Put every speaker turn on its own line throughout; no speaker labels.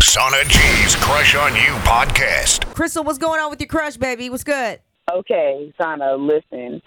Sauna G's Crush on You podcast.
Crystal, what's going on with your crush, baby? What's good?
Okay, Sana, listen.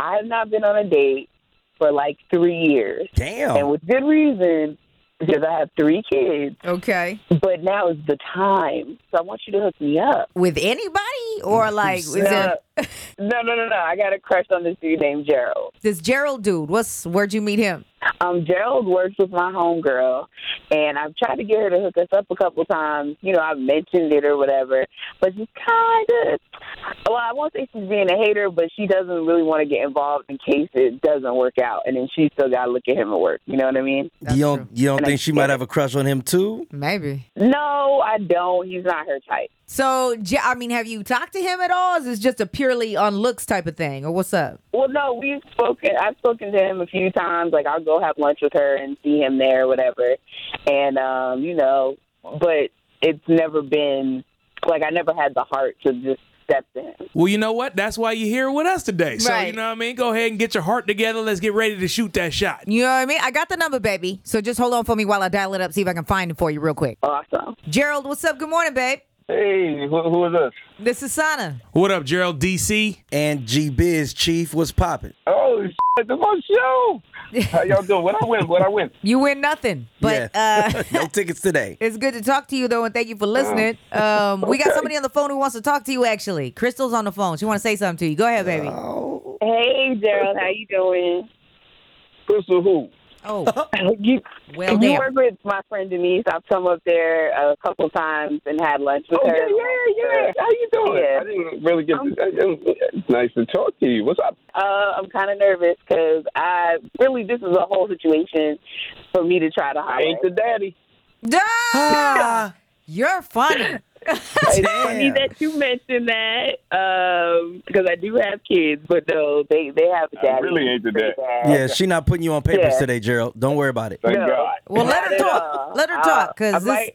I have not been on a date for like three years. And
Oh.
Damn.
with good reason, because I have three kids.
Okay.
But now is the time. So I want you to hook me up.
With anybody or like is
Uh,
it
no, no, no, no. I got a crush on this dude named Gerald.
this Gerald dude? What's where'd you meet him?
Um, Gerald works with my homegirl, and I've tried to get her to hook us up a couple times. You know, I've mentioned it or whatever, but she's kind of, well, I won't say she's being a hater, but she doesn't really want to get involved in case it doesn't work out, and then she still got to look at him at work. You know what I mean?
you don't you don't
And I
think she
get
might
it.
have a crush on him too?
Maybe.
No, I don't. He's not her type.
So Ge- I mean, have you talked to him at all? Is this just a purely on looks type of thing, or what's up?
Well, no, we've spoken. I've spoken to him a few times. Like I'll go have lunch with her and see him there, or whatever. And um, you know, but it's never been like I never had the heart to just step in.
Well, you know what? That's why you're here with us today. So, you
Right.
know what I mean? Go ahead and get your heart together. Let's get ready to shoot that shot.
You know what I mean? I got the number, baby. So just hold on for me while I dial it up, see if I can find it for you real quick.
Awesome.
Gerald, what's up? Good morning, babe.
Hey, who, who is this?
This is Sana.
What up, Gerald DC?
And G Biz Chief was popping.
Oh, shit, the most show. How y'all doing? What I win? What I win?
You win nothing, but uh,
no tickets today.
it's good to talk to you though, and thank you for listening. Um, we got somebody on the phone who wants to talk to you. Actually, Crystal's on the phone. She want to say something to you. Go ahead, baby.
Hey, Gerald, how you doing?
Crystal, who?
Oh,
You,
well,
you
damn.
work with my friend Denise. I've come up there a couple times and had lunch with
Oh yeah,
her.
yeah, yeah. How you doing?
Yeah.
I didn't really get. To, I didn't- it's nice to talk to you. What's up?
Uh, I'm kind of nervous because I really this is a whole situation for me to try to
I
holler.
ain't the daddy.
Duh!
Ah.
You're funny.
It's funny
Damn.
that you mentioned that because I do have kids, but no, they they have a
I
daddy.
really ain't the
Pretty
dad.
bad.
Yeah, she not putting you on papers
Yeah.
today, Gerald. Don't worry about it.
Thank
No.
God.
Well, let her
Not at
talk.
all.
Let her
Uh,
talk,
I
cause this.
might-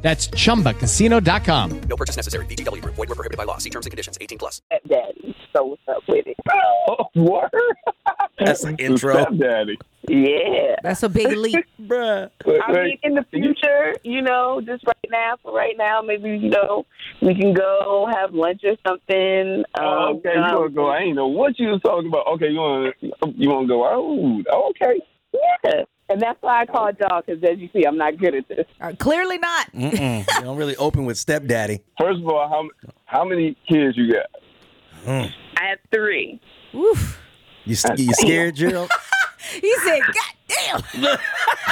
That's chumbacasino.com.
No purchase necessary. VGW Group. Void were prohibited by law. See terms and conditions. 18 plus.
daddy. So what's up with it?
Oh, what?
That's an intro.
daddy.
Yeah.
That's a big leap.
Bruh.
I mean, in the future, you know, just right now, for right now, maybe you know, we can go have lunch or something. um,
Oh, okay, you wanna go? I ain't know what you was talking about. Okay, you wanna you wanna go out? Okay.
Yeah. And that's why I called y'all because, as you see, I'm not good at this.
Uh, Clearly not.
Mm-mm. You don't really open with stepdaddy.
First of all, how how many kids you got?
I have three.
Oof.
You, s- you scared, Gerald?
He said, "God damn."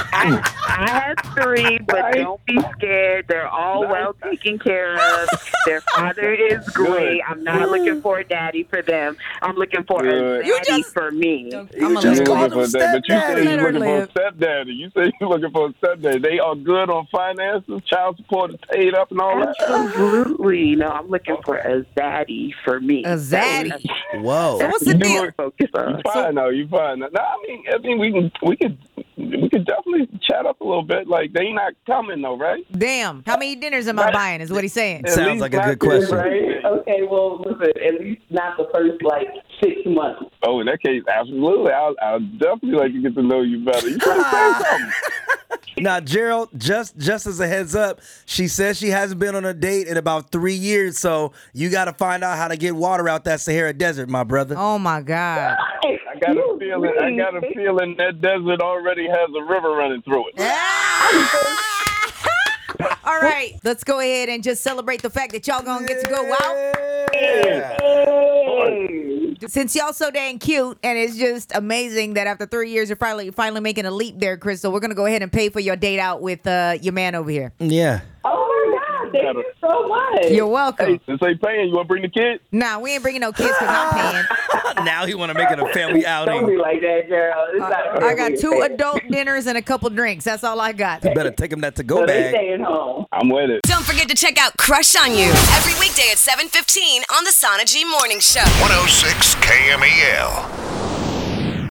I have three, but
Nice.
don't be scared. They're all well taken care of. Their father is great. I'm not looking for a daddy for them. I'm looking for a
Good.
You
daddy
just-
for me.
I'm
You just
leave.
called
looking
him
for that, but you
stepdaddy.
say
Let
you're
her
looking for a
live.
stepdaddy. You say you're looking for a stepdaddy. They are good on finances, child support is paid up, and all that.
Absolutely. No, I'm looking for a daddy for me.
A zaddy.
Whoa.
So what's the
You
deal?
were-
Focus
You
on.
fine though. You fine. No, I mean, I mean, we can, we could, we could definitely chat up a little bit. Like they not coming though, right?
Damn. How many dinners am I buying? Is what he's saying.
At
Sounds
least
like a
not
good
this,
question.
right?
Okay, well, listen, at least not the first, like, six months.
Oh, in that case, absolutely. I'll, I'll definitely like to get to know you better. You trying to
Ah.
say something?
Now, Gerald, just just as a heads up, she says she hasn't been on a date in about three years, so you got to find out how to get water out that Sahara Desert, my brother.
Oh my God.
I got a feeling. I got a feeling that desert already has a river running through it.
All right, let's go ahead and just celebrate the fact that y'all gonna get to go out. Since y'all so dang cute, and it's just amazing that after three years you're finally finally making a leap there, Crystal. We're gonna go ahead and pay for your date out with uh, your man over here.
Yeah.
Oh my God! Thank you so much.
You're welcome.
Hey, since they paying, you want to bring the kids?
Nah, we ain't bringing no kids because I'm paying.
now he want to make it a family
Don't be
outing.
like that, girl. It's not
I got
appropriate.
two adult dinners and a couple drinks. That's all I got.
You better take him that to go
So they
bag.
staying home.
I'm with it.
Don't forget to check out Crush on You every weekday at 7:15 on the Sana G Morning Show.
106 KMEL.